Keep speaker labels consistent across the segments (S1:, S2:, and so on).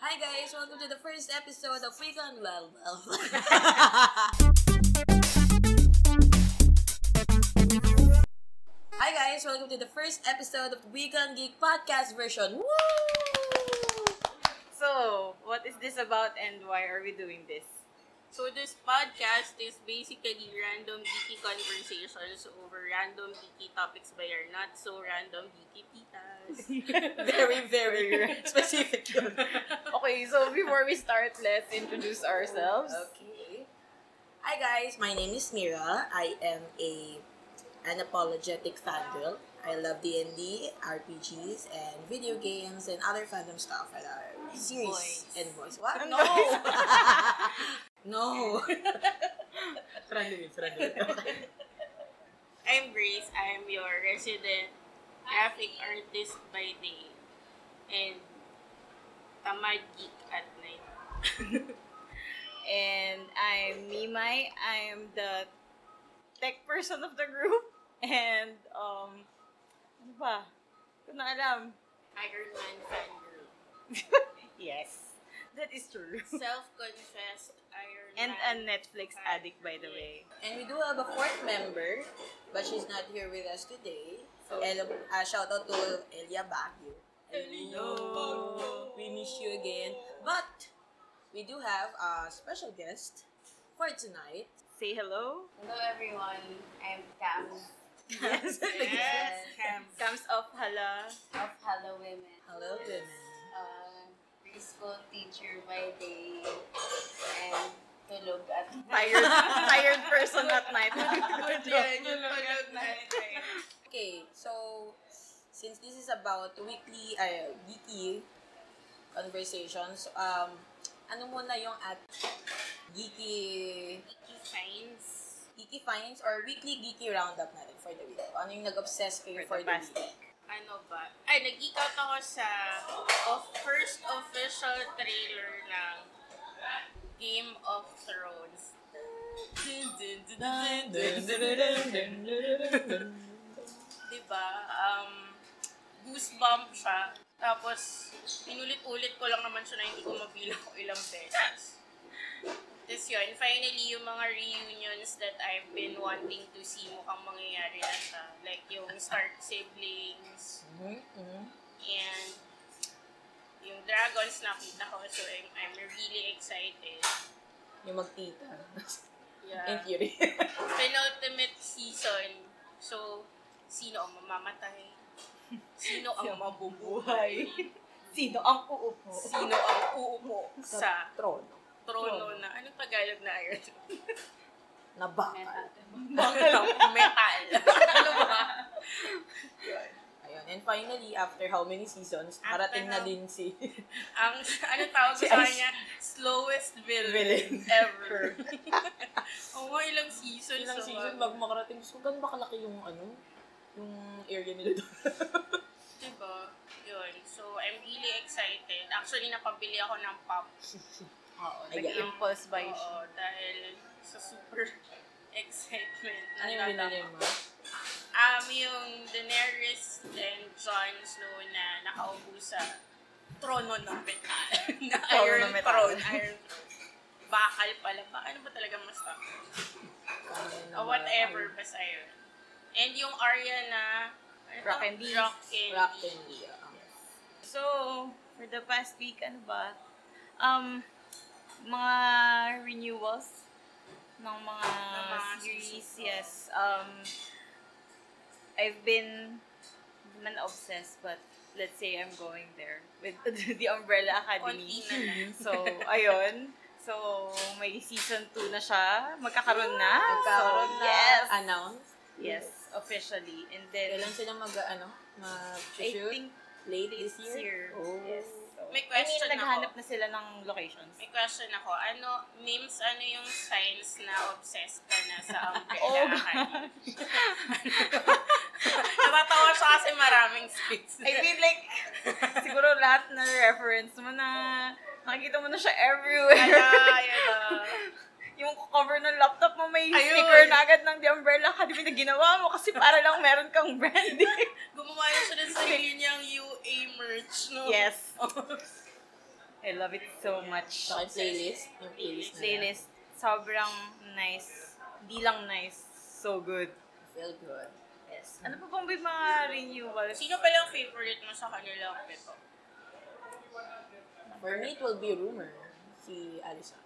S1: Hi guys, welcome to the first episode of Week on Well Well. Hi guys, welcome to the first episode of Week on Geek podcast version. Woo!
S2: So, what is this about and why are we doing this?
S3: So this podcast is basically random geeky conversations over random geeky topics by our not so random geeky titas.
S1: Very, very specific. yun.
S2: Okay, so before we start, let's introduce ourselves.
S1: Okay. Hi guys, my name is Mira. I am a an apologetic fangirl. I love D&D, RPGs, and video games and other fandom stuff and our series
S3: Voice.
S1: and voice. What?
S2: And
S1: No.
S2: voice.
S1: no. Friendly, friendly.
S3: I'm Grace. I'm your resident graphic artist by day and tamad geek at night.
S2: And I'm Mimai. I'm the tech person of the group. And, um, ano ba? Hindi ko na alam.
S3: Iron Man fangirl.
S2: yes, that is true.
S3: Self-confessed Iron
S2: And a
S3: Man.
S2: Netflix addict, by the way.
S1: And we do have a fourth member, but she's not here with us today. So, El- uh, shout out to Elia Baguio. Oh,
S3: Hello.
S1: We miss you again. But we do have a special guest for tonight.
S2: Say hello.
S4: Hello everyone, I'm Cam
S2: Yes.
S3: yes, Cam.
S2: Comes off hala.
S4: of Hello Women.
S1: Hello, women.
S4: Uh, preschool teacher by day and tulog at
S2: Tired, tired person at night.
S3: Yan, yung tulog na
S1: Okay, so since this is about weekly uh, geeky conversations, um, ano muna yung at geeky
S3: Geeky science.
S1: geeky finds or weekly geeky roundup natin for the week. Ano yung nag-obsess kayo for,
S2: For the
S1: the,
S2: past
S1: week?
S3: ano ba? Ay, nag-geek out ako sa of first official trailer ng Game of Thrones. Diba? Um, goosebump siya. Tapos, inulit-ulit ko lang naman siya na hindi ko mabilang ko ilang beses. Tapos yun, finally, yung mga reunions that I've been wanting to see mukhang mangyayari na siya. Like yung Stark siblings,
S1: Mhm, mhm.
S3: And yung dragons nakita ko, so I'm, I'm really excited.
S1: Yung magtita. In
S3: Yeah.
S1: theory.
S3: Penultimate season. So, sino ang mamamatay? Sino ang mabubuhay?
S2: Sino ang uupo?
S3: Sino ang uupo sa
S1: Trono.
S3: trono na, anong Tagalog na yun?
S1: Na bakal.
S3: Metal. ano ba?
S1: Ayun. And finally, after how many seasons,
S3: After
S1: parating na
S3: how-
S2: ano?
S1: din si
S3: Ang, ano tawag ko
S1: Si
S3: sa
S1: Ice-
S3: kanya? Slowest
S1: Villain.
S3: villain ever. Oo, ilang season.
S1: ilang season bago makarating. Gusto ko ganun ba kalaki yung ano, yung area nila doon.
S3: Diba? Yun. So, I'm really excited. Actually, napabili ako ng pop.
S2: Oo,
S1: Ayan.
S2: nag-impulse buy
S3: Oo,
S2: siya.
S3: dahil sa super excitement.
S1: ano yung binili mo?
S3: Um, yung Daenerys and Jon Snow na nakaupo sa trono ng metal. na
S2: Trono
S3: Iron
S2: ng metal.
S3: Throne. Iron Bakal pala. Ba? Ano ba talaga mas tama?
S1: Ano
S2: Oh,
S3: O whatever, basta yun. And yung Arya na ano to?
S2: Rock and Lee.
S3: Rock
S1: Ano,
S3: and
S1: Rock
S3: Lee.
S1: and Lee, ah.
S2: So, for the past week, ano ba? Um, mga renewals ng mga,
S3: Ng mga
S2: series,
S3: seasons.
S2: yes. Um, I've been man obsessed, but let's say I'm going there with the Umbrella Academy.
S3: Konti na lang.
S2: So, ayun. So, may season 2 na siya. Magkakaroon na.
S1: Nagkaroon
S2: So,
S1: na
S2: yes.
S1: announce.
S2: Yes, officially. And then,
S1: Kailan sila mag, ano,
S2: I
S1: mag-shoot?
S2: think
S1: Late
S2: this
S1: this year?
S2: year.
S1: Oh.
S2: Yes. So,
S3: May question
S2: I mean, naghanap
S3: ako.
S2: na sila ng locations.
S3: May question ako. Ano, Mims, ano yung signs na obsessed ka na sa umbrella?
S2: Oh,
S3: Academy? Natatawa siya kasi maraming space.
S2: I mean, like, siguro lahat na reference mo na nakikita mo na siya everywhere.
S3: Ala, yun na.
S2: yung cover ng laptop mo may
S3: Ayun.
S2: sticker na agad ng The Umbrella Academy na ginawa mo kasi para lang meron kang branding.
S3: Gumawa na siya ng sarili niyang UA merch, no?
S2: yes. I love it so much.
S1: Sa playlist. Yung playlist na yan.
S2: Playlist. Sobrang nice. Di lang nice. So good.
S1: Feel good.
S2: Yes. Ano pa bang may mga renewals?
S3: Sino pala yung favorite mo sa kanila, Pepo?
S1: For me, it will be rumor. Si Alison.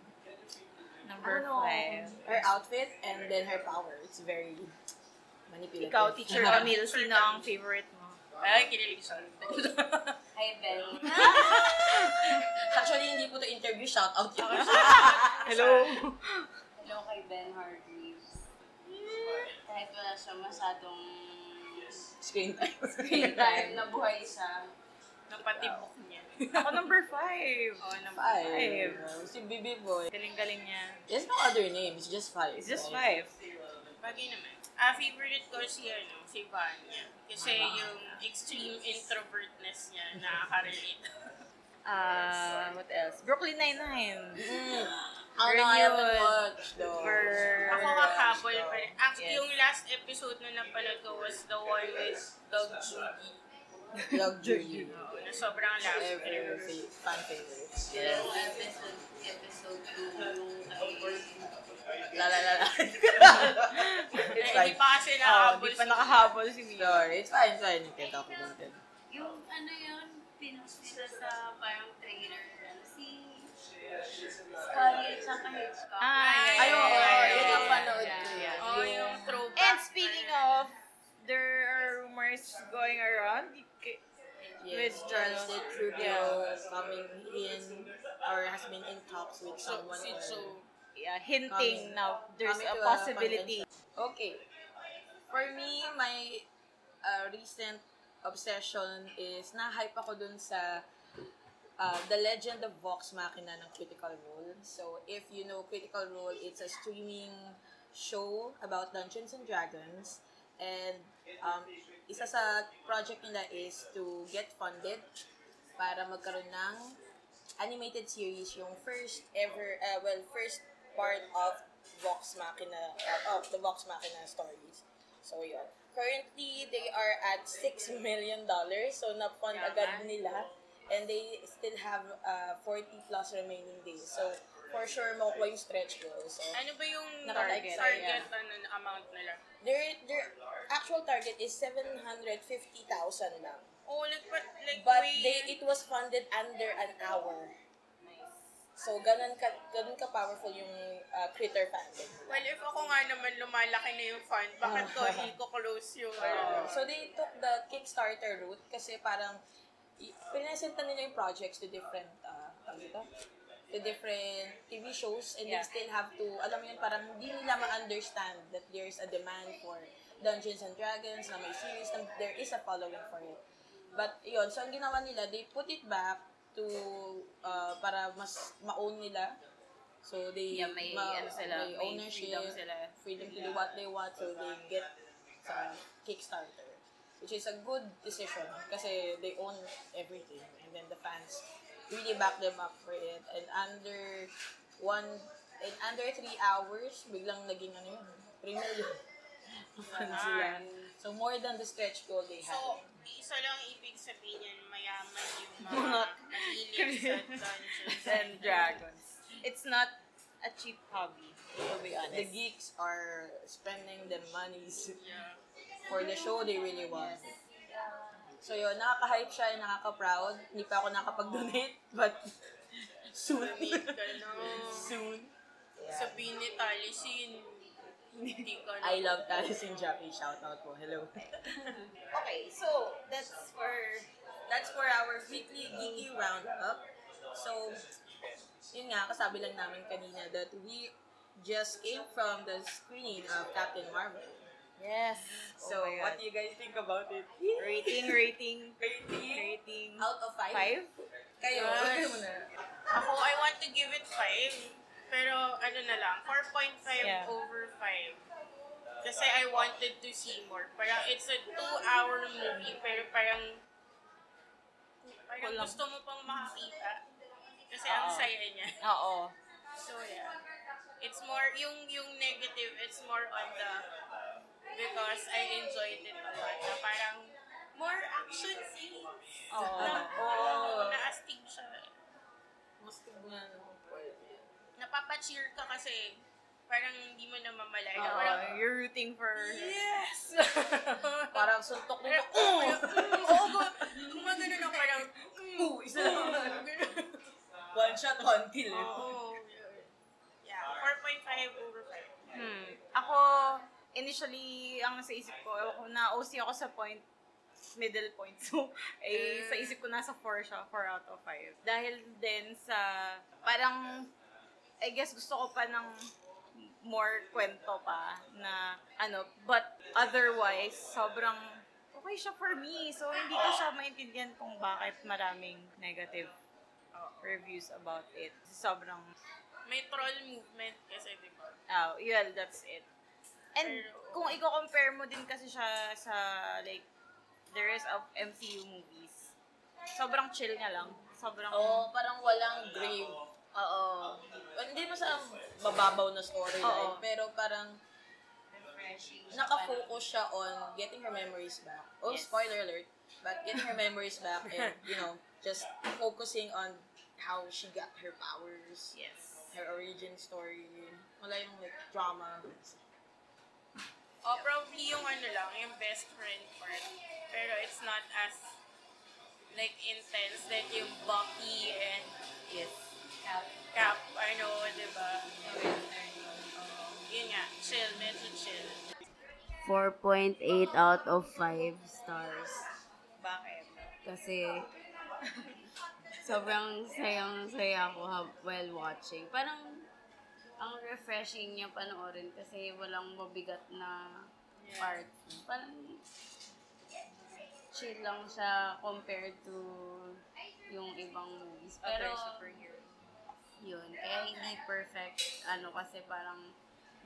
S2: Number
S1: Ano?
S2: five.
S1: Her outfit and then her power. It's very manipulative.
S2: Ikaw, Teacher
S1: Ah.
S2: Camille, sino ang favorite mo?
S3: Ay, kinilig siya.
S4: Hi, Ben.
S1: Actually, hindi po to interview. Shout out yun.
S2: Hello.
S4: Hello kay Ben Hargreaves. Kahit wala siya masyadong
S1: Screen time.
S4: screen time, nabuhay siya.
S3: Napatibok niya.
S2: Ako Oh, number five. Oh,
S3: Oo, naman.
S1: Five. Si Bibi Boy.
S2: Galing-galing niya.
S1: There's no other name. It's just five.
S2: It's just
S1: right?
S2: five.
S3: Bagay naman. Ah, favorite ko si, ano, si Vanya. Kasi yung extreme introvertness niya, nakaka-relate.
S2: Ah, what else? Brooklyn Nine-Nine.
S1: Mm. Ano nga haven't
S2: Renewal.
S1: watched though.
S2: For-
S3: Ako kakabol pa rin. Act,
S2: Yes.
S3: Yung last episode na napanood ko was the one with Doug Judy.
S1: Love Julie.
S3: Oo, na sobrang last.
S1: Ever fa- fan favorite.
S4: Yes. Episode, episode 2, yung overview.
S1: La la la la.
S3: Eh,
S1: it's
S3: Hindi
S1: fine.
S3: pa kasi
S2: Ah,
S3: nakakabol.
S2: di pa
S3: si-
S2: nakahabol si Mia.
S1: Sorry, it's fine, it's fine. You can talk about it.
S4: Yung ano yun, pinost nila sa parang trailer. Ano, Si Scully at saka Hitchcock.
S2: Ah,
S1: Ay,
S3: Ayun,
S1: oo,
S3: ayun,
S1: yun ang
S3: ayun.
S1: panood ko.
S4: Yeah.
S3: Oo, oh, yung throwback.
S2: And speaking of, there are rumors going around.
S1: Yes,
S2: With
S1: Charles
S2: Joe.
S1: the Trudeau
S2: Yeah.
S1: coming in or has been in talks with
S3: So,
S1: someone.
S3: si
S1: or-
S3: Joe.
S2: Yeah, hinting
S1: Coming-
S2: now there's
S1: coming
S2: a
S1: to a
S2: possibility.
S1: Okay. For me, my uh, recent obsession is na-hype ako dun sa uh, The Legend of Vox Machina ng Critical Role. So, if you know Critical Role, it's a streaming show about Dungeons and Dragons. And um, isa sa project nila is to get funded para magkaroon ng animated series yung first ever, uh, well, first part of Vox Machina, uh, of the Vox Machina stories. So, yun. Currently, they are at $6 million. So, na-fund agad nila. And they still have uh, 40 plus remaining days. So, for sure, makukuha yung stretch goal. So,
S3: Ano ba yung
S1: Naka-like
S3: target,
S1: sila,
S3: target ano, amount nila?
S1: their, their actual target is 750,000 lang.
S3: Oo, nagpa, Oh, like,
S1: But
S3: way-
S1: they, it was funded under an hour. So, ganun ka, ganun ka powerful yung uh, Critter fandom.
S3: well, if ako nga naman lumalaki na yung fund, bakit ko i-close yung, ano,
S1: So they took the Kickstarter route kasi parang i- pinesenta nila yung projects to different uh, ano ito? to different TV shows and
S2: Yeah.
S1: they still have to, alam mo yun, parang hindi nila ma-understand that there's a demand for Dungeons and Dragons na may series na there is a following for it. But yun, so ang ginawa nila, they put it back to uh, para mas ma-own nila. So they
S2: Yeah, may,
S1: ma-
S2: ano sila,
S1: may
S2: may
S1: ownership,
S2: freedom sila.
S1: freedom to do what they want so they get sa Kickstarter. Which is a good decision kasi they own everything and then the fans really back them up for it and under one in under three hours biglang naging ano yun 3 million fans sila. So more than the stretch goal they had.
S3: So, isa lang ibig sabihin yan, mayaman yung mga mahilig sa Dungeons and
S2: and dragons. It's not a cheap hobby, to be
S1: the
S2: honest.
S1: geeks are spending the monies
S3: Yeah.
S1: for the show they really want. So yun, nakaka-hype siya, nakaka-proud. Hindi pa ako nakapag-donate, but soon.
S3: Donate ka na.
S1: soon.
S3: Sabihin ni Talisin, hindi ka na.
S1: I love Talis and Jappy. Shout out po. Hello.
S2: Okay, so that's for
S1: That's for our weekly geeky roundup. So, yun nga, kasabi lang namin kanina that we just came from the screening of Captain Marvel.
S2: yes.
S1: So,
S2: oh my
S1: what
S2: God.
S1: do you guys think about it?
S2: rating, rating,
S1: Rating?
S2: rating.
S1: Out of five?
S2: Five?
S1: Kayo,
S3: Yes.
S1: kayo muna.
S3: Ako, I want to give it 5. Pero, ano na lang, 4.5
S2: Yeah.
S3: over 5. Kasi I wanted to see more. Parang, it's a 2-hour movie, pero parang, parang
S2: Kulang.
S3: gusto mo pang makakita. Kasi ang
S2: Oo.
S3: saya niya.
S2: Oo.
S3: So yeah. It's more yung yung negative, it's more on the because I enjoyed it a lot. Na parang
S1: Oh.
S3: more action scenes.
S2: Oo.
S3: Na,
S1: Oo.
S3: naastig siya.
S1: Oh. mas tignan yung part niya.
S3: Napapa-cheer ka kasi parang hindi mo na mamalaya.
S1: Oo.
S3: parang,
S2: you're rooting for...
S3: yes!
S1: Parang suntok nito.
S3: Parang, oh! Oo, gumagano na parang,
S1: Oo! Isa lang. One shot, one kill. eh.
S3: oh. Yeah, 4.5 over 5.
S2: Hmm. Ako, initially, ang nasa isip ko, ewan ko, na-OC ako sa point, middle point. So, eh,
S3: Mm.
S2: sa isip ko, nasa 4 siya, 4 out of 5. Dahil din sa, parang, I guess gusto ko pa ng more kwento pa na ano, but otherwise, sobrang okay siya for me. So, hindi ko siya maintindihan kung bakit maraming negative uh, reviews about it. Sobrang
S3: May troll movement kasi, di ba?
S2: Oh, well, that's it. uh, And
S3: Pero-
S2: kung i-compare mo din kasi siya sa, like, the rest of MCU movies, sobrang chill niya lang. Sobrang,
S1: Oo, parang walang grave.
S2: oo.
S1: Hindi mo sa mababaw na storyline,
S2: Oo.
S1: pero parang
S4: refreshing.
S1: nakafocus siya on getting her memories back. Oh,
S2: Yes.
S1: spoiler alert. But getting her memories back and, you know, just focusing on how she got her powers,
S2: Yes.
S1: her origin story. Wala yung like drama.
S3: Oh, probably yung ano lang, yung best friend part. Pero it's not as like intense like yung Bucky and
S2: Yes.
S3: Cap, ano, di ba? Yun nga, chill, medyo chill.
S5: 4.8 out of 5 stars.
S2: Bakit?
S5: Kasi, sobrang sayang-saya ko hab- while watching. Parang, ang refreshing niya panoorin kasi walang mabigat na part. Parang, chill lang siya compared to yung ibang movies. Pero, yun. Kaya hindi perfect, ano, kasi parang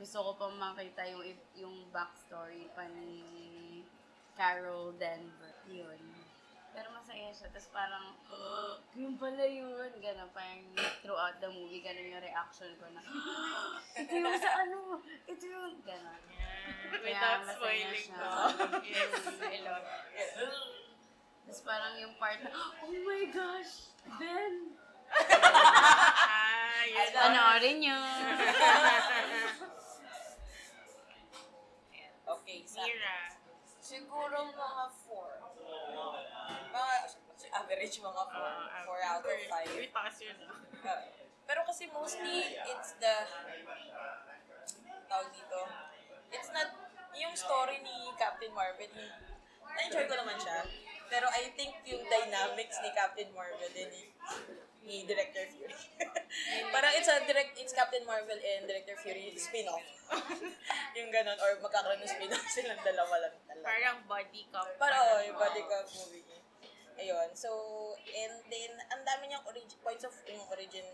S5: gusto ko pang makita yung, i- yung backstory pa ni Carol Denver. Yun. Pero masaya siya. Tapos parang, oh, yun pala yun. Ganun, parang throughout the movie, ganun yung reaction ko na, "Ah, ito yung sa ano, ito yung, ganun.
S3: Yeah, without
S5: masaya
S3: spoiling
S5: siya.
S3: ko. yes, I love it.
S5: Tapos parang yung part na, oh my gosh, Ben!
S3: Ah, yun lang.
S5: Panoorin nyo!
S1: Okay, sa
S3: Mira.
S1: Siguro mga 4. Mga average mga 4. 4 out of 5.
S3: Wait, pass yun. ah.
S1: Uh, pero kasi mostly, it's the, tawag dito, it's not, yung story ni Captain Marvel, yung- na-enjoy ko naman siya. Pero I think yung dynamics ni Captain Marvel and ni, ni Director Fury. Parang it's a direct, it's Captain Marvel and Director Fury spin-off. yung ganun, or magkakaroon ng spin-off silang dalawa lang talaga.
S3: Parang body cup.
S1: Pero, oh, yung body cop movie niya. Ayun. So, and then, ang dami niyang origin, points of yung origin.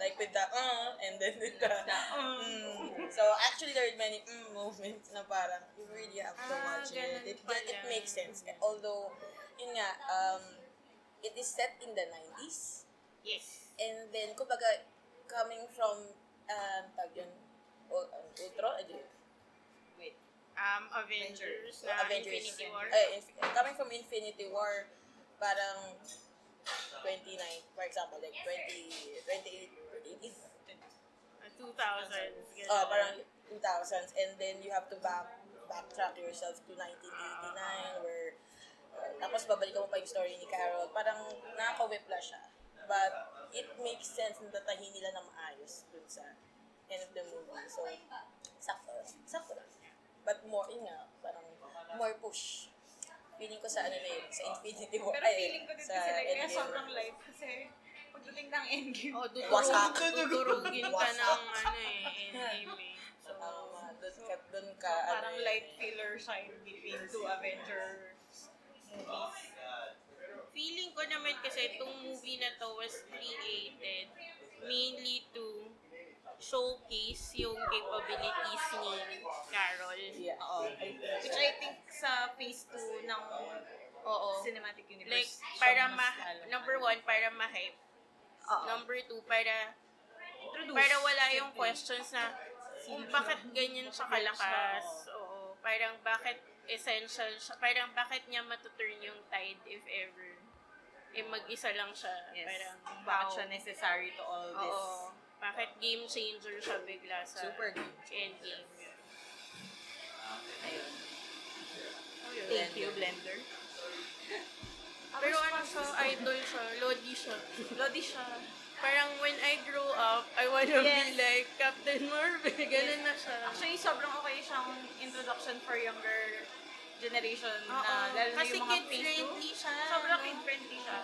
S1: Like with the, uh, and then with the,
S3: uh.
S1: mm. So, actually, there are many mm movements na parang you really have to
S3: Ah,
S1: watch it.
S3: ganun
S1: It,
S3: pala.
S1: it makes sense. Although, yun nga, um, it is set in the 90s.
S3: Yes.
S1: And then, kumbaga, coming from, um, tag yun, Ul- um, Ultron, ano yun?
S3: Um, Avengers. na
S1: Avengers.
S3: Infinity War.
S1: Eh, inf- coming from Infinity War, parang 29, for example, like 20, 28, 28,
S3: Ah, 2000.
S1: uh, parang 2000s, and then you have to back backtrack yourself to 1989, where uh, tapos babalikan mo pa yung story ni Carol. Parang nakaka-whiplash siya. But it makes sense na tatahin nila na maayos dun sa end of the movie. So, sakto lang. Sakto lang. But more, yun nga, parang more push. Feeling ko sa ano na yun, sa Infinity War.
S2: Pero
S1: ay,
S2: feeling ko din
S1: sa
S2: kasi, like, kaya
S1: Endgame.
S2: sobrang light kasi pagdating ng endgame.
S3: Oh,
S1: Wasak.
S3: Dudurugin ka
S1: Wasak.
S3: ng ano eh, endgame eh. So,
S1: Tama, uh, dun ka, dun ka,
S2: parang
S1: ano eh.
S2: light filler siya in between two Avengers movies.
S3: feeling ko naman kasi itong movie na to was created mainly to showcase yung capabilities ni Carol.
S1: Yeah.
S2: Oo. Which I think sa phase 2 ng
S3: Oo.
S2: cinematic universe.
S3: Like,
S2: siya
S3: para
S2: mas
S3: ma...
S2: lalo.
S3: Number one, para ma-hype. Number two, para...
S2: Introduce.
S3: Para wala yung questions na kung bakit ganyan siya kalakas. Oo. Parang bakit essential siya. Parang bakit niya matuturn yung tide if ever. eh mag-isa lang siya.
S2: Yes.
S3: Parang,
S2: Bakit
S3: wow.
S2: siya necessary to all this?
S3: Oo. Bakit game changer siya bigla sa
S1: Super game
S3: endgame?
S2: Ayun.
S1: Thank
S2: Thank you, Blender.
S3: Pero ano siya, idol siya, Lodi siya.
S2: Lodi siya.
S3: Parang when I grow up, I wanna be
S2: Yes.
S3: like Captain Marvel. Ganun na siya.
S2: Actually, sobrang okay siyang introduction for younger generation
S3: Oo.
S2: na lalo na
S3: Kasi
S2: yung mga Facebook.
S3: kid-friendly siya.
S2: Sobrang
S3: no?
S2: kid-friendly siya.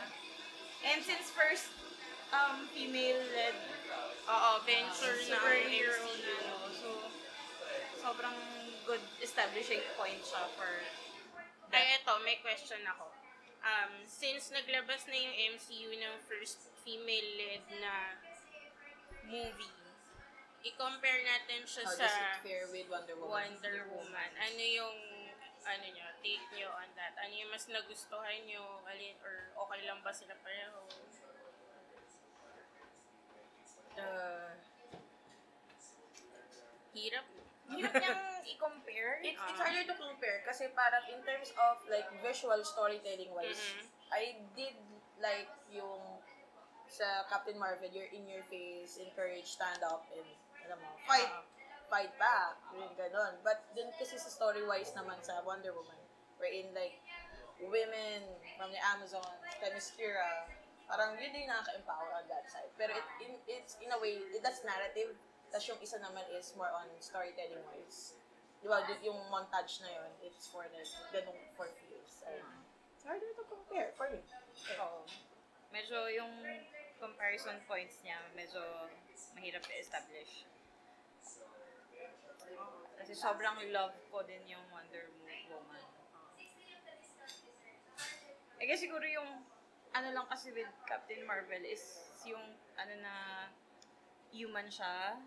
S2: And since first um, female-led
S3: Oo, venture na ang
S2: superhero na,
S3: MCU.
S2: no? so sobrang good establishing point siya for
S3: Ay, eto, may question ako. Um, since naglabas na yung MCU ng first female-led na movie, i-compare natin siya
S1: How
S3: sa
S1: does it fare with Wonder Woman?
S3: Wonder Woman. Ano yung ano nyo, take nyo on that? Ano yung mas nagustuhan nyo? Alin, or okay lang ba sila pareho?
S1: Uh,
S3: Hirap.
S2: Hirap niyang i-compare.
S1: it, it's
S3: Ah.
S1: harder to compare kasi parang in terms of like visual storytelling wise,
S3: Mhm.
S1: I did like yung sa Captain Marvel, you're in your face, encourage, stand up, and alam mo, fight,
S2: uh,
S1: fight back, yung ganun. But dun kasi sa story-wise naman sa Wonder Woman, wherein like, women from the Amazon, Themyscira, parang yun din nakaka-empower on that side. Pero it, in, it's in a way, it, that's narrative, tapos yung isa naman is more on storytelling-wise. Di ba, dun- yung montage na yun, it's for like, ganun for feels. And, it's harder to compare for me.
S2: Oo. Medyo yung comparison points niya, medyo mahirap i-establish. Kasi sobrang love ko din yung Wonder Mo- Woman. I guess siguro yung ano lang kasi with Captain Marvel is yung ano na human siya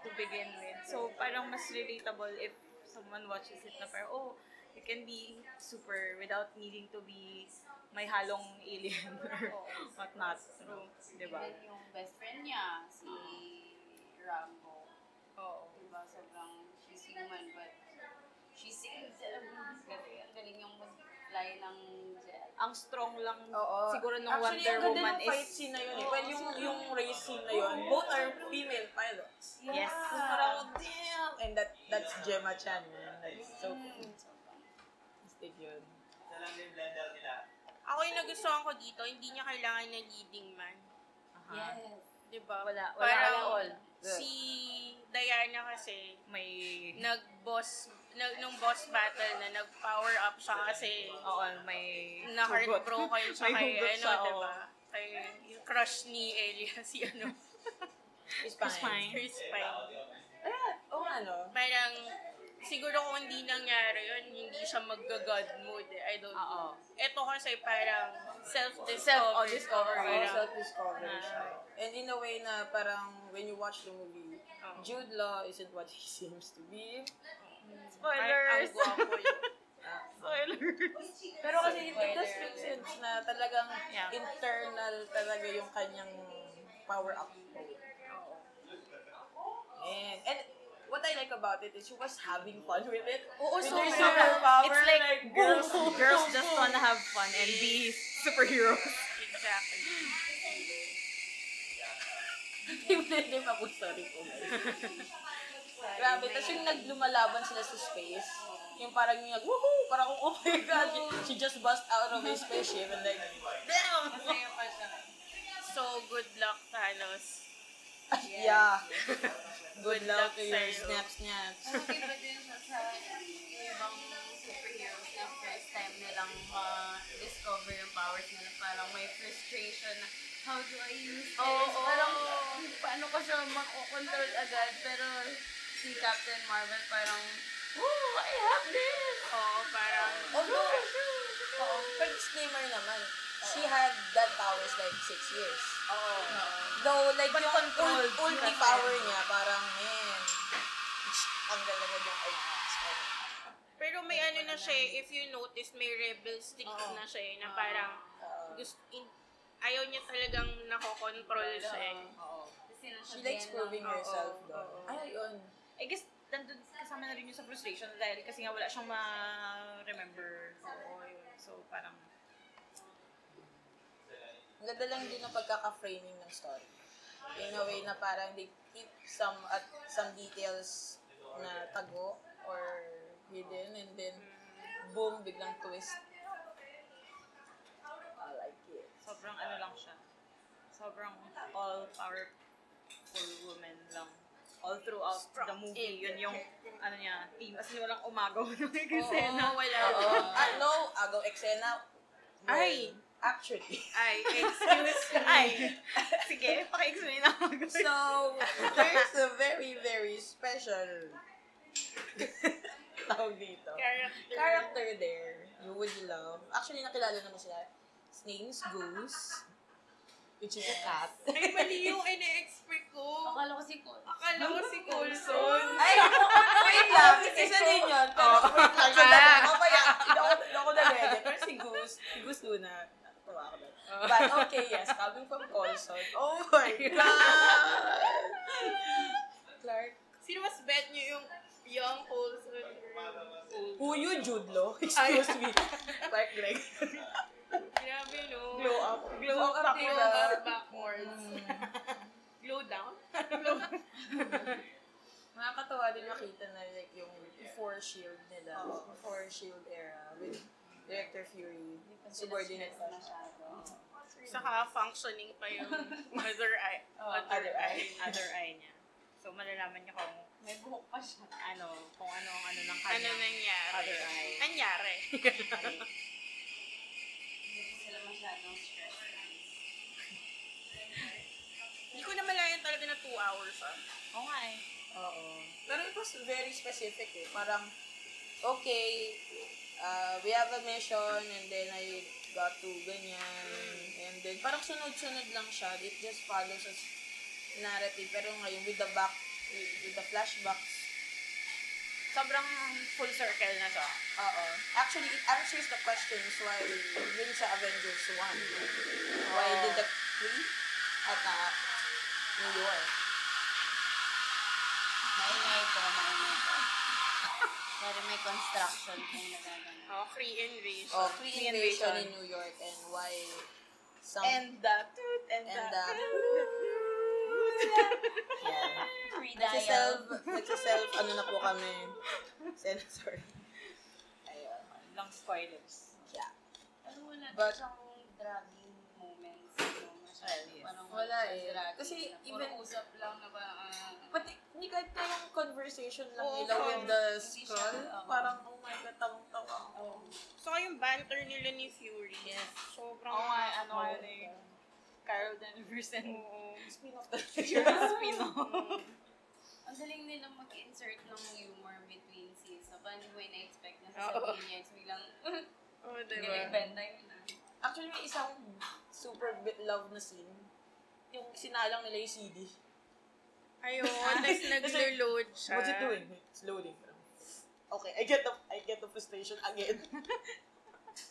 S2: to begin with. So parang mas relatable if someone watches it na parang, oh, you can be super without needing to be may halong alien or whatnot. True. Diba?
S5: Even yung best friend niya, si Rambo.
S2: Oo.
S5: Diba, sobrang she's human, but she saved the Kasi ang galing yung mag-fly ng jet.
S2: Ang strong lang
S1: Oo.
S2: siguro ng
S1: Actually,
S2: Wonder
S1: ang ganda
S2: Woman
S1: ng
S2: is...
S1: fight scene na yun. eh. well, yung, yung race scene na yun, both are female pilots.
S2: Yes.
S1: So parang, damn! And that, that's Gemma Chan, man. That's so cool. Astig yun.
S3: Ako yung nagustuhan ko dito, hindi niya kailangan ng leading man.
S2: Yes.
S3: Diba?
S2: Wala. Wala.
S3: Parang
S2: wala all.
S3: Si Diana kasi,
S2: May...
S3: nag-boss, nag, nung boss battle na nag-power up siya kasi
S2: Oo, may...
S3: na heartbroken siya kay,
S2: May hugot
S3: ano,
S2: siya, oo.
S3: diba? Kay yung crush ni Elia, si ano,
S1: It's fine.
S3: Chris Pine.
S1: Ah, Oo nga, no?
S3: Parang, siguro kung hindi nangyari yun, hindi siya magga-god mode eh. I don't
S2: Oo.
S3: know. Ito kasi parang self-discovery.
S2: Self-discover,
S1: Oo,
S3: Parang,
S1: self-discovery siya. And in a way na parang when you watch the movie,
S3: Oo.
S1: Jude Law isn't what he seems to be.
S3: Ay,
S2: Spoilers!
S3: ang gwapo yun.
S1: Ah.
S2: Spoilers!
S1: Pero kasi it does make sense na talagang
S2: Yeah.
S1: internal talaga yung kanyang power up. And, and what I like about it is she was having fun with it. Oo, with her
S2: sobra.
S1: superpower,
S2: It's like, girls,
S1: boom, boom,
S2: girls
S1: boom,
S2: just
S1: boom.
S2: wanna have fun and be superheroes.
S3: Exactly.
S1: Hindi pa po, oh, sorry po. Grabe, tapos yung naglumalaban sila sa space, yung parang yung nag, woohoo, parang oh my god, she just bust out of his spaceship and like, damn!
S3: So, good luck, Thanos.
S1: Yeah. Good luck
S3: luck
S1: to your
S3: sa'yo.
S1: snap snaps.
S5: Mas iba din siya sa ibang superheroes na first time nilang ma-discover yung powers nila. Parang may frustration na, how do I use this?
S2: Oo.
S5: Parang, paano ko siya makokontrol agad? Pero si Captain Marvel parang, oh, I have this!
S3: Oo, parang
S1: Although, Oh, oo, per disclaimer naman, she had that powers like six years.
S2: Oo.
S1: Though, like,
S2: But
S1: yung
S2: controlled
S1: ul- ulti
S2: kasi.
S1: power niya, parang, man, ang galaga niyang ideas.
S3: Pero may ano na siya, eh, if you notice, may rebel stick
S1: Oo.
S3: na siya eh, na parang
S1: Uh,
S3: gusto, in- ayaw niya talagang nakokontrol siya eh.
S1: she likes proving herself, though. Ay, yun.
S2: I guess, nandun kasama na rin yung sa frustration dahil kasi nga wala siyang ma-remember. Oo, yun. So, parang,
S1: Ang ganda lang din ang pagkaka-framing ng story. In a way na parang they keep some at some details na tago or hidden and then boom, biglang twist. I like it.
S2: Sobrang ano lang siya. Sobrang all-powerful woman lang. All throughout the movie. Yun yung, ano niya, team. As in, walang umagaw ng eksena.
S3: wala.
S1: Oo. Ah, no, agaw eksena. Well,
S2: Ay!
S1: Actually.
S2: Ay, excuse me. Ay, sige, paki-explain na ako.
S1: So, there's a very, very special tawag dito.
S3: Character.
S1: Character there, you would love. Actually, nakilala naman sila. His name's Goose, which is a cat.
S3: Ay, mali yung ina-expect ko.
S5: Akala ko si Cole.
S3: Akala ko si Coulson.
S1: Ay, wait lang. Oh. Isa din yun. Pero wait lang. Ganda ko. Mamaya, hindi ako, hindi ako na ready. Pero si Goose, si Goose Luna. Natuwa ako doon. But okay, yes. Coming from Colson. Oh my God! Clark.
S3: Sino mas bet niyo yung young Coulson? or-
S1: Who you, Jude Law? Excuse me. Clark Gregg.
S3: Grabe, no?
S1: Glow up. Mm.
S3: Glow up
S1: diba?
S3: backwards. backwards. Glow down?
S1: Nakakatawa din makita na like yung before shield nila, before shield era with Director Fury, subordinate pa siya.
S3: Saka functioning pa yung mother eye.
S1: Oh, other eye.
S2: Other eye niya. So, malalaman niya kung
S5: May buhok pa siya.
S2: ano, kung ano ang ano
S3: Ano
S2: ng kanya.
S3: nangyari?
S2: Other eye.
S3: Nangyari.
S5: Hindi ko sila masyadong stress.
S3: Hindi ko na malayan talaga na 2 hours ah.
S2: Oo nga eh.
S1: Oo. Pero it was very specific eh. Parang, okay, uh, we have a mission and then I got to ganyan. And then parang sunod-sunod lang siya. It just follows as narrative. Pero ngayon with the back, with, with the flashbacks,
S3: Sobrang full circle na siya.
S1: Oo. Actually, it answers the questions why dun sa Avengers 1. Why did the three attack New York?
S5: Maingay po, maingay po. Pero may construction po yung nagaganap.
S3: Oh, free invasion.
S1: Oh, Cree
S2: Cree
S1: invasion
S2: invasion.
S1: in New York and why some...
S2: And the toot, and,
S1: and
S2: the...
S1: the... yeah.
S5: Pre-dial.
S1: Nagsiself, nagsiself, ano na po kami, sensor. Ayun.
S2: Lang spoilers.
S1: Yeah.
S5: Pero wala
S1: But-
S5: But, siyang dragging moments. No? Masyado.
S2: Well, yes.
S5: Parang
S1: Wala
S5: siyang
S1: eh.
S5: dragging.
S1: Kasi
S5: Puro
S1: even-
S5: usap lang na ba, ah,
S1: Pati, hindi kahit pa yung conversation lang
S3: Oo,
S1: nila with the
S5: hindi siya, ah,
S1: skull,
S5: oo.
S1: parang, oh my god, tawang-tawa ako.
S5: oh,
S3: So, yung banter nila ni Fury. Yes. Sobrang...
S2: Oo nga, ano nga yun eh. Carol Danvers and
S3: oh.
S2: Pino.
S5: ang galing nila mag-insert ng humor between scenes. So, paano mo na-expect na sasabihin niya? It's biglang,
S3: Oo, oh,
S5: galing
S3: diba?
S5: benda yun ah.
S1: Actually, may isang super bit love na scene. Yung sinalang nila yung CD.
S3: Ayun, tapos naglo-load siya.
S1: What's it doing? It's loading. Uh, Okay, I get the I get the frustration again.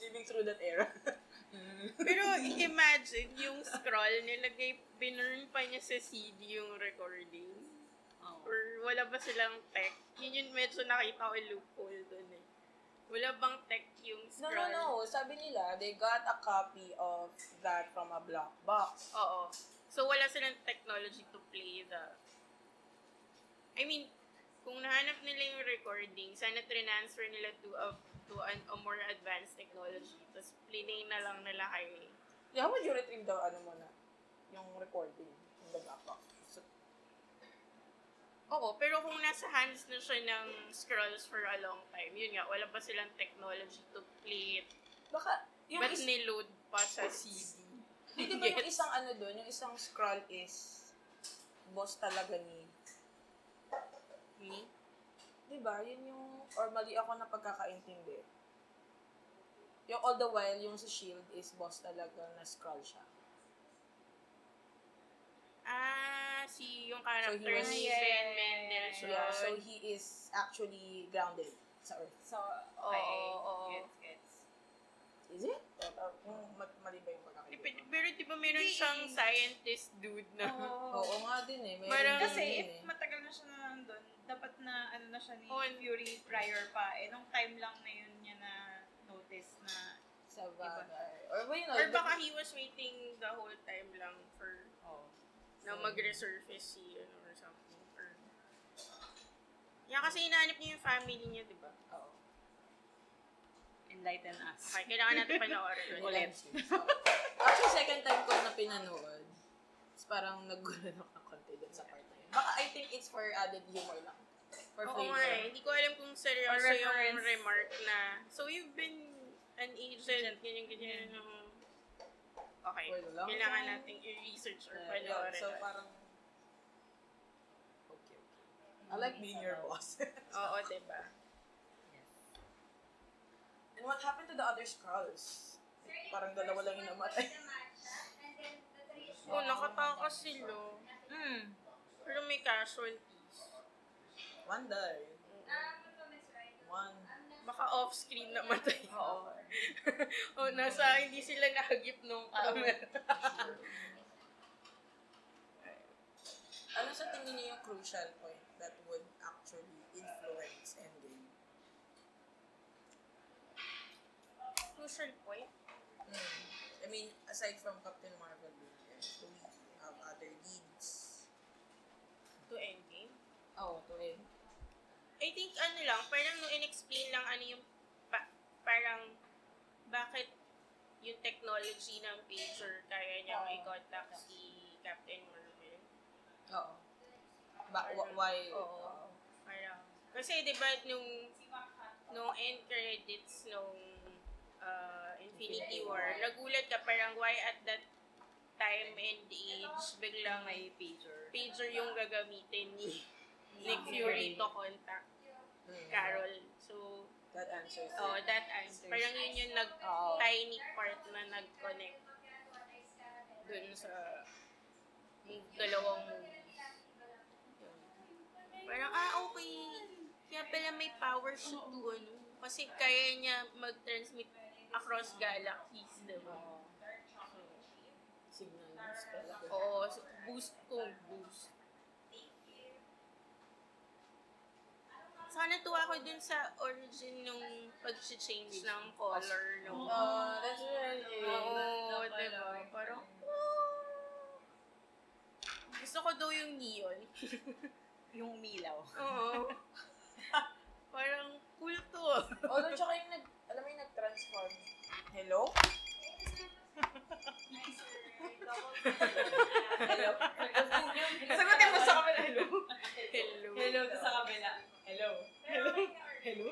S1: Living through that era.
S3: Pero imagine, yung scroll, nilagay, binurn pa niya sa CD yung recording.
S1: Oh.
S3: Or wala ba silang tech? Yun yung medyo nakita ko yung loophole doon eh. Wala bang tech yung
S1: no,
S3: scroll?
S1: no, no. Sabi nila, they got a copy of that from a black box.
S3: Oo. So, wala silang technology to play the... I mean, kung nahanap nila yung recording, sana transfer nila to a, to an, a more advanced technology. Tapos, play na lang nila kay...
S1: Yeah, how would you retrieve the ano mo na? Yung recording from the black box. So,
S3: Oo, pero kung nasa hands na siya ng scrolls for a long time, yun nga, wala pa silang technology to play it.
S1: baka, yung
S3: But
S1: is-
S3: niload pa sa CD.
S1: Hindi ba yung isang ano doon, yung isang scroll is boss talaga ni...
S3: Ni?
S1: Di ba? Yun yung... Or mali ako na pagkakaintindi. Yung all the while, yung sa shield is boss talaga na scroll siya.
S3: Ah, si yung character
S1: So, he was-
S3: ni
S1: Yeah.
S3: Ben Mendelssohn.
S1: Yeah, so he is actually grounded sa Earth.
S5: So,
S2: Oo,
S5: okay.
S2: oo, oo.
S5: Gets, gets.
S1: Is it? Or, or, yung ma- mali ba yung pagkakaintindi?
S3: Eh, pe- Pero di ba meron siyang scientist dude na...
S1: Oo nga din eh. Meron
S3: Parang-
S1: din
S2: Kasi
S1: yun
S2: if
S1: eh.
S2: matagal na siya na nandun, dapat na ano na siya ni
S3: On-
S2: Fury prior pa. Eh, nung time lang na yun niya na notice na
S1: Sa bagay. Or, well, you know,
S3: Or baka he was waiting the whole time lang for
S1: Oh.
S3: na mag-resurface si ano or something. Or... Yeah, kasi hinahanap niya yung family niya, di ba?
S1: Oo.
S2: Enlighten us.
S3: Okay, kailangan natin panoorin.
S2: Ulit.
S1: Actually, second time ko na pinanood. It's parang nagulo na ako konti dun sa part na yun. Baka I think it's for added humor lang. For
S3: Oo
S1: flavor.
S3: nga eh. Hindi ko alam kung seryoso
S2: Or
S3: yung
S2: reference.
S3: remark na, so you've been an agent, ganyan, ganyan. ano. Okay.
S1: For a long
S3: Kailangan
S1: time.
S3: nating i-research or
S1: Yeah,
S3: panoorin.
S1: yun. So parang... Okay, okay. I like being your boss.
S3: Oo, di ba?
S1: And what happened to the other Skrulls? Parang dalawa lang yung namatay.
S3: Oo, nakatakas sila.
S2: Hmm.
S3: Pero may casualties.
S1: One died. One.
S3: Baka off-screen namatay.
S1: Oo.
S3: o, nasa hindi sila nahagip nung camera.
S1: Ano sa tingin niyo yung crucial point that would actually influence ending?
S3: Crucial point.
S1: Mm. I mean, aside from Captain Marvel being there, do we have other leads?
S3: to Endgame.
S1: Oh, to end.
S3: I think ano lang, parang nung in-explain lang ano yung pa- parang bakit yung technology ng pager kaya niya
S1: Oo.
S3: i-contact si Captain Marvel.
S1: Oo. Ba- wh- why?
S3: Oo. Parang, kasi di ba nung nung end credits nung uh, Infinity War, nagulat ka parang why at that time and age biglang may
S2: pager.
S3: pager yung gagamitin ni Nick Fury to contact
S1: Mm.
S3: Carol. So,
S1: That answers it.
S3: Oh, that time. Parang yun yung nag
S2: Oo.
S3: tiny part na nag-connect dun sa move- dalawang movies. Yun. Parang, ah, okay. Kaya pala may power siya to, ano. Kasi kaya niya mag-transmit across galaxies, diba?
S1: Signal news pala.
S3: Oo, so boost kung boost. Sana tuwa ko dun sa origin nung pag-change ng color nung
S1: Oh, that's really...
S3: Oo, diba? Parang, "Wow." Gusto ko daw yung neon.
S2: Yung milaw.
S3: Oo. Parang cool to.
S1: Although, tsaka yung nag... Alam mo yung nag-transform. Hello? Hello?
S2: Sagutin mo sa kamera. Hello.
S3: Hello.
S1: Hello to sa kabila. Hello. Hello? Hello?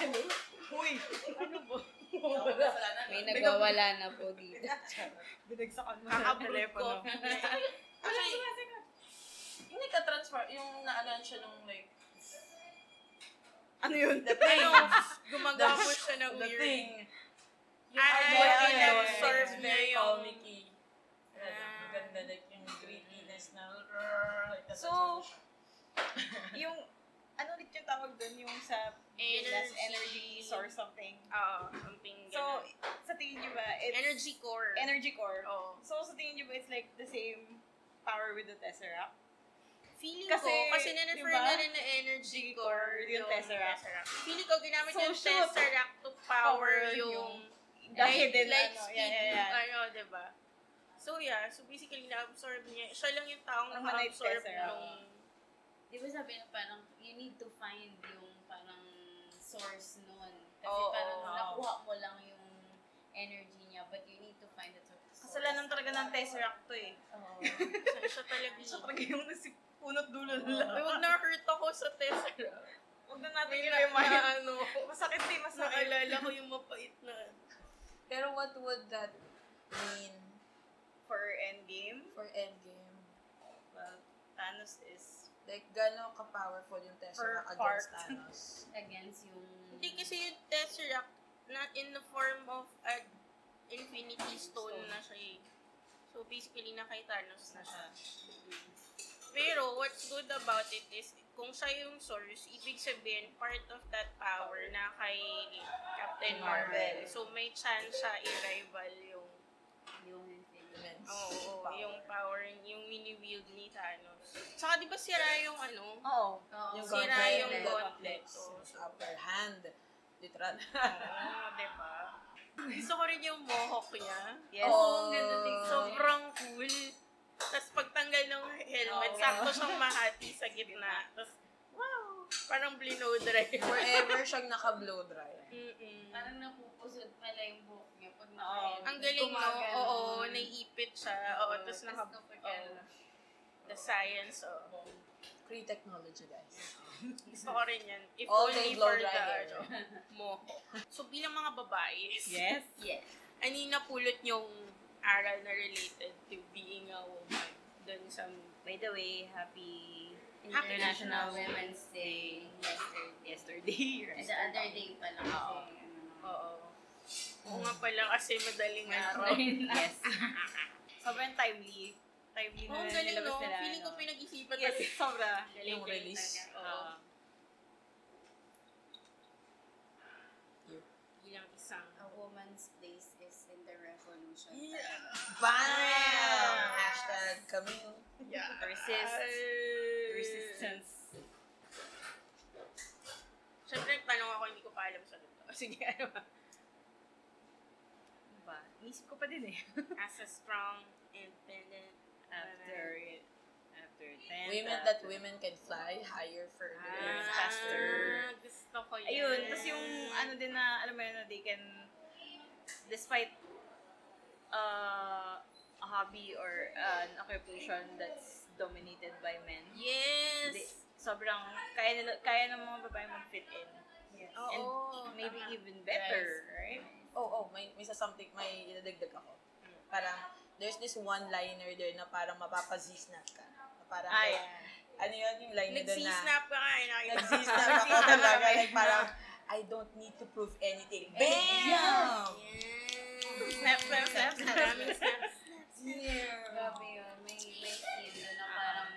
S1: Hello? Uy! Ano ba? Wala.
S5: May nagwawala na po dito.
S2: Binagsakan mo sa
S3: Kakabrep ko.
S2: telepono.
S1: Actually, yung nagka-transform, yung naalan siya nung like,
S2: Ano yun?
S1: the thing.
S3: Gumagawa mo siya ng
S1: The
S3: weird.
S1: thing.
S3: Yung ah,
S1: Ay,
S3: yeah,
S1: ay,
S3: yeah,
S1: ay,
S3: absorb
S1: it's
S3: niya
S1: very
S3: yung...
S1: comic-y. Ayan,
S3: Ah.
S1: Ang ganda, like yung grittiness na, rrrr, like, that's
S2: So,
S1: what siya.
S2: yung, ano ulit yung tawag doon? Yung sa
S3: Energy.
S2: Venus energy or something.
S3: Oo, something
S2: So,
S3: ganun.
S2: sa tingin nyo ba, it's
S3: energy core.
S2: energy core.
S3: Oo.
S2: So, sa tingin nyo ba, it's like the same power with the Tesseract?
S3: Feeling
S2: Kasi,
S3: ko, kasi na-refer
S2: diba?
S3: na rin na energy core
S2: Yung Tesseract.
S3: Feeling ko, ginamit
S2: So,
S3: yung
S2: shoot.
S3: Tesseract to power
S2: Power
S3: yung
S2: The hidden,
S3: like
S2: ano, yeah, yeah, yeah.
S3: Ano, diba? So, yeah. So, basically, na-absorb niya. Siya lang yung taong
S2: Ang eh,
S3: naka-absorb
S2: manifest,
S3: nung...
S5: Di ba sabi na parang, you need to find yung parang source noon. Kasi
S3: Oo.
S5: parang nakuha mo lang yung energy niya, but you need to find the source.
S2: Kasalanan talaga ng Tesseract to eh.
S5: Oo.
S3: Siya, siya talaga
S2: Siya
S3: yun.
S2: talaga yung nasipunot dulo na
S3: Ay,
S2: lang.
S3: huwag na-hurt ako sa Tesseract.
S2: Huwag na natin
S3: May na,
S2: i-remind.
S3: na- ano,
S2: Masakit eh, masakit.
S3: naalala ko yung mapait na...
S1: Pero what would that mean
S2: For Endgame,
S1: for Endgame?
S2: well, Thanos is
S1: Like, gano'ng ka-powerful yung Tesseract
S2: Per
S1: against
S2: part.
S1: Thanos?
S5: Against yung...
S3: Hindi kasi yung Tesseract, not in the form of an Infinity Stone na siya eh. So basically, na kay Thanos na siya. Pero what's good about it is, kung siya yung source, ibig sabihin, part of that power na kay Captain Marvel. So may chance siya i-rival yung,
S5: Yung infinity.
S1: Immense
S3: oo,
S1: power.
S3: yung power, yung mini-wield ni Thanos. Tsaka di ba sira yung ano?
S2: Oo.
S5: Oo.
S1: Yung
S3: Sira
S1: gauntlet.
S3: yung gauntlet.
S1: Yung upper hand. Literal.
S3: Oo, diba? Gusto ko rin yung mohawk niya.
S2: Yes.
S1: Oh,
S4: Oo, ang ganda din.
S3: Sobrang cool. Tapos pagtanggal ng helmet,
S2: Oo.
S3: sakto siyang mahati sa gitna. Tapos, wow! Parang blinow drive.
S1: Forever siyang naka-blow dry.
S3: Mm-mm.
S4: Parang napupusod pala yung buhok niya pag naka
S3: Oo. Ang galing, no? Oo, naiipit siya. Oo, tapos naka... oo. The science, oo.
S1: Free technology, guys.
S3: Gusto ko rin yan. If
S1: All day
S3: only
S1: blow
S3: for the,
S1: dry hair.
S3: ano, mohawk. So, bilang mga babae,
S2: Yes.
S4: Yes.
S3: ano yung napulot yung aral na related to being a woman dun sa
S2: Um, By the way, happy
S3: Happy
S5: International Women's Day.
S2: yesterday.
S5: Yes,
S2: Right?
S5: the other day pa lang kasi.
S3: Oo.
S5: ano,
S3: Oo. Oo nga pala kasi madaling araw.
S5: Yes.
S2: Sobrang timely. Timely
S3: Oo, ang
S2: na
S3: galing
S2: nilabas
S3: no.
S2: nila,
S3: Feeling ko
S2: ano.
S3: pinag-isipan
S2: Yes,
S3: talaga.
S2: sobra.
S1: Yung release.
S3: Oo.
S2: Oo.
S3: Bilang isang.
S5: A woman's place is in the revolution.
S1: Bam! Hashtag Camille.
S3: Yeah.
S2: Resist.
S3: Ay.
S2: Resistance.
S3: Siyempre, nagtanong ako, hindi ko pa alam sa dito. Sige, ano ba?
S2: Ano ba? Inisip ko pa din eh.
S3: As a strong, independent,
S2: After it. After ten.
S1: Women that women can fly higher, further,
S2: uh, Ah.
S1: faster.
S3: Ah, Gusto ko yun.
S2: Ayun, tapos yung ano din na, alam mo yun, na they can, despite uh, a hobby or uh, an occupation that's dominated by men,
S3: Yes!
S2: they- sobrang kaya, nila, kaya ng mga babae mag-fit in.
S3: Oo.
S2: And maybe
S3: tama.
S2: even better, right?
S1: Oh, oh, may, may sa something, may idadagdag ako. Parang, there's this one-liner there na parang mapapazisnap ka. Na Parang,
S2: Ay,
S1: ano yun yung line na doon na,
S3: Nag-snap ka nga, eh, nakita ko.
S1: nagsisnap ako
S2: Nagsisnap
S1: talaga.
S2: kami.
S1: Like, parang, I don't need to prove anything. Bam!
S3: Yes.
S2: Snap, snap, snap.
S3: Maraming snaps.
S1: Yeah.
S5: Grabe yun. May, may scene doon na parang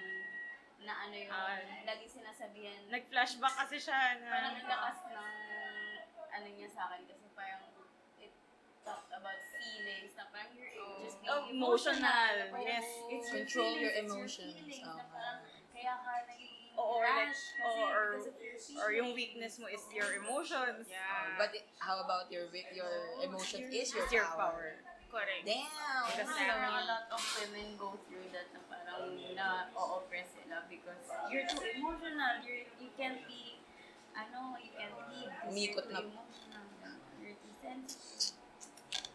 S5: na ano yun.
S2: Ah.
S5: lagi sinasabihan.
S2: nag-flashback kasi siya
S5: parang
S2: na, oh,
S5: ang lakas ng ano niya sa akin kasi parang it talked about feelings na parang you're just being
S2: Oh,
S5: emotional.
S2: emotional.
S5: Na parang
S2: Yes.
S5: It's
S1: Control
S5: feelings,
S1: your
S5: it's
S1: emotions.
S5: feelings na
S1: Oh.
S5: parang kaya ka nagiging
S2: Oo, or like-
S5: rash kasi
S2: oo, or-
S5: because of your feelings.
S2: or yung weakness mo is your emotions.
S3: Yeah.
S1: Oh, But it- how about your wi- your emotion is your,
S2: It's your
S1: power.
S2: power.
S3: Correct.
S1: Damn!
S5: Kasi
S2: Kasi-
S5: parang a lot of women go through that na parang na-oppress sila because you're too emotional. You're, you can't be, ano, you can't lead. because
S1: Umikot
S5: you're
S1: na-
S5: too emotional. You're too sensitive.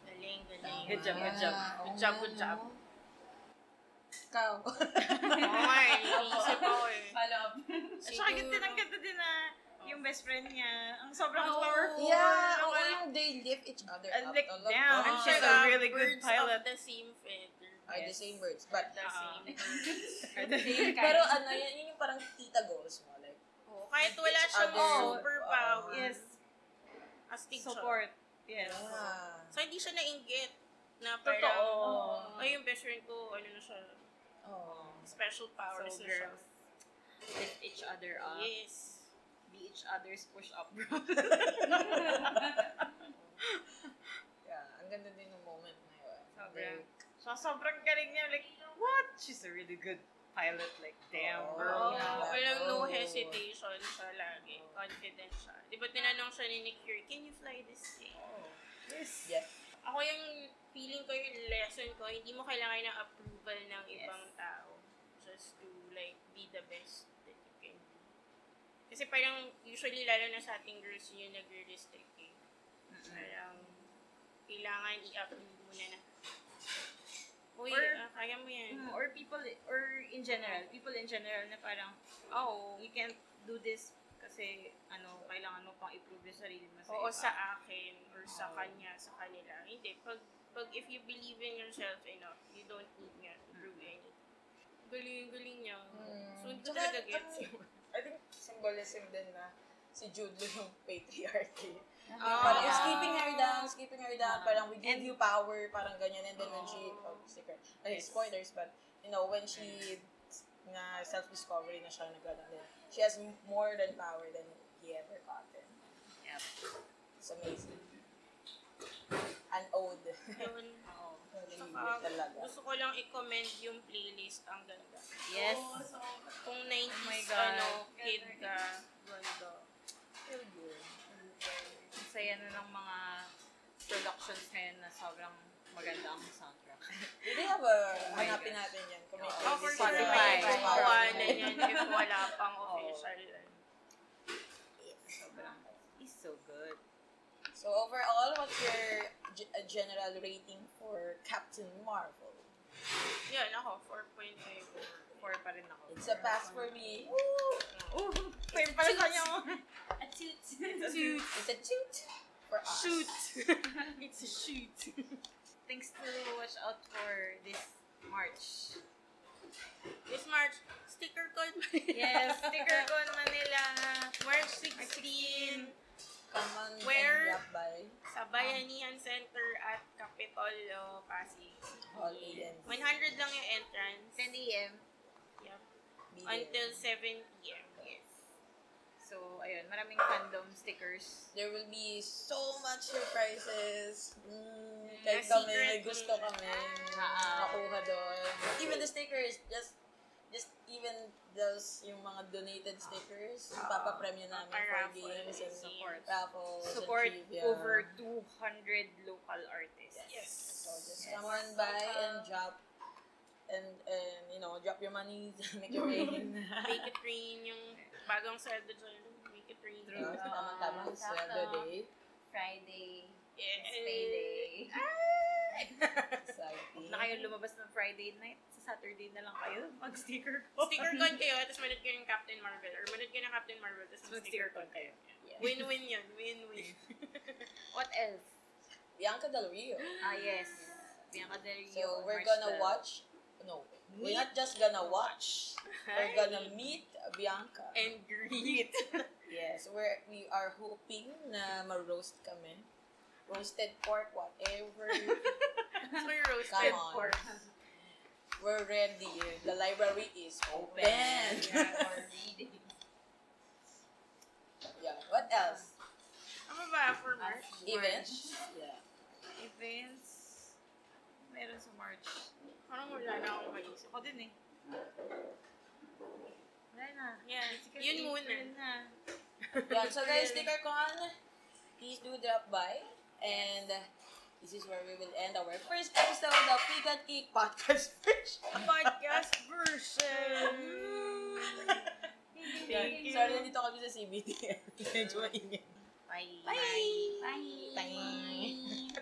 S3: Galing, galing.
S2: Good job, good job.
S1: Oo
S3: Good job,
S1: nga,
S3: good job.
S1: no? oh, Ikaw.
S3: Oo nga, eh. Iniisip ako eh.
S5: Follow up.
S1: Ah,
S2: At saka ganda ng ganda din na yung best friend niya. Ang sobrang powerful.
S1: yeah, oo,
S2: Parang-
S1: yung they lift each other
S2: And
S1: up.
S2: lick
S1: talaga.
S2: down.
S3: I'm
S2: Oh,
S3: sure
S2: she's a
S3: ah,
S2: really good
S3: birds
S2: pilot.
S3: of the same feather.
S1: Are the
S2: Yes.
S1: same words, but
S3: The
S2: Ah.
S3: same birds.
S1: Pero ano, yan, yun yung parang tita goals mo. Like,
S3: Oo, Oh, Kahit wala
S1: Each
S3: siyang
S1: other.
S3: superpower.
S2: yes,
S3: As teacher.
S2: support. Yes.
S1: ah,
S3: So, hindi siya nainggit na parang,
S2: Totoo. Oh.
S5: Oh.
S3: ay, yung best friend ko, ano na siya,
S1: oh.
S3: special powers
S2: So,
S3: na siya.
S2: girls, lift each other up.
S3: Yes.
S2: Be each other's push up, bro.
S1: Yeah, ang ganda din ng moment na yun.
S2: Sobra. so, sobrang galing niya. Like, what? She's a really good pilot. Like, damn,
S1: Oh,
S2: bro.
S3: Oo,
S1: yeah.
S3: walang no
S1: Oh.
S3: hesitation siya lagi. Confident siya. Di ba tinanong siya ni Nick Fury, can you fly this thing?
S2: Yes.
S1: Yes.
S3: Ako yung feeling ko yung lesson ko, hindi mo kailangan ng approval ng ibang tao. Just to like be the best that you can be. Kasi parang usually lalo na sa ating girls yun yung nagre-restrict eh. Parang kailangan i-approve muna na. Uy,
S2: Or-
S3: ah, kaya mo yan.
S2: Mm, or people, or in general, people in general na parang, oh, you can't do this kasi, ano, kailangan mo pang i-prove yung sarili mo sa
S3: Oo,
S2: iba.
S3: sa akin, or sa
S2: Oo.
S3: kanya, sa kanila. Hindi, pag, pag if you believe in yourself enough, you don't need nga to prove anything. Galing-galing niya.
S1: Mm. ano,
S3: So, hindi ko
S1: Tsaka,
S3: talaga gets
S1: ang-
S3: yun.
S1: I think symbolism din na si Jude Law yung patriarchy.
S3: Ah.
S1: Parang, "You're skipping her down, skipping her down,
S2: Ah.
S1: parang we give
S2: And- Ah.
S1: you power, parang ganyan. And then when she,
S3: Oh.
S1: oh, secret, okay,
S2: Yes.
S1: spoilers, but, you know, when she, na self-discovery na siya nagkaroon din, she has m- more than power than he ever gotten.
S2: Yep.
S1: It's amazing. An ode.
S3: Yun.
S2: Oo.
S1: Nalilip
S3: Saka,
S1: talaga.
S3: gusto ko lang i-commend yung playlist. Ang ganda.
S2: Yes.
S3: Kung
S2: my
S3: 90s,
S2: God.
S3: ano, kid ka, ganda.
S1: Feel good.
S2: Ang saya na ng mga productions ngayon na sobrang maganda ang soundtrack.
S1: Do they have a,
S2: Oh my
S1: hanapin
S2: gosh.
S1: natin yan. Kung may
S2: Oh,
S3: Oh, for sure.
S2: Spotify.
S3: May gumawa
S1: Spotify.
S3: na yan if wala pang
S2: Oo.
S3: official.
S2: Sobrang, it's so good.
S1: So overall, what's your g- uh, general rating for Captain Marvel?
S3: Yun, ako, 4.5.
S2: 4 pa rin ako.
S1: It's a pass for me.
S2: Oh, same para sa inyo.
S4: A toot.
S2: Shoot.
S1: It's a toot for us.
S2: Shoot. It's a shoot. Things to watch out for this March.
S3: This March, sticker code.
S2: Yes, sticker ko Manila.
S3: March 16,
S1: Come on
S3: Where?
S1: and drop by
S3: sa Bayanihan Center at Capitolio, Pasig.
S1: Hall A and
S3: 100 lang yung entrance
S2: 10 a.m.
S1: B.
S3: until 7 p.m. Yes.
S2: So, ayun, maraming fandom stickers.
S1: There will be so much surprises. Mm,
S3: Na
S1: kahit kami,
S3: secret
S1: may gusto
S3: kung-
S1: kami.
S2: Mm. Ah.
S1: Nakuha doon. Even the stickers, just just even those yung mga donated stickers,
S2: Ah.
S1: uh, papapremyo namin for
S3: Paparaffle.
S1: games and
S3: Support.
S1: raffles and
S2: Support
S1: trivia.
S2: over 200 local artists.
S3: Yes.
S1: So just come on by and drop and and you know drop your money, make your rain.
S3: Make it rain yung bagong sweldo dyan. Make it rain.
S1: Diba? Tama-tama sa sweldo day.
S5: Friday,
S3: Yeah.
S5: it's payday.
S1: Exciting.
S2: Na kayo lumabas ng Friday night, sa Saturday na lang kayo mag-sticker ko.
S3: Sticker code kayo, tapos manood kayo ng Captain Marvel. Or manood kayo ng Captain Marvel, tapos mag-sticker code kayo.
S1: Yeah.
S3: Win-win yun. Win-win.
S2: What else?
S1: Bianca Del Rio.
S2: Ah, yes. Bianca Del Rio.
S1: So we're
S2: March
S1: gonna
S2: 12.
S1: watch. No, we're not just gonna watch. We're gonna meet Bianca.
S3: And greet.
S1: Yes, we're we are hoping na ma-roast kami. Roasted pork, whatever.
S3: so you're roasted
S1: Come on.
S3: pork.
S1: We're ready. The library is open.
S5: Yeah, or reading.
S1: yeah. What else?
S3: Ano ba for March?
S1: Events. Yeah.
S2: Events. Meron sa March.
S3: Parang wala na akong maisip.
S2: Ako din eh. Wala na.
S3: Yeah.
S2: Sticker
S3: Yun
S2: April
S3: muna.
S2: na.
S1: Yan, so guys, sticker con, please do drop by. And uh, this is where we will end our first episode of Pigat Geek Podcast version.
S3: Podcast version.
S1: Yan. Sorry, nandito kami sa CBT. Medyo maingay.
S5: Bye.
S1: Bye!
S5: Bye.
S1: Bye!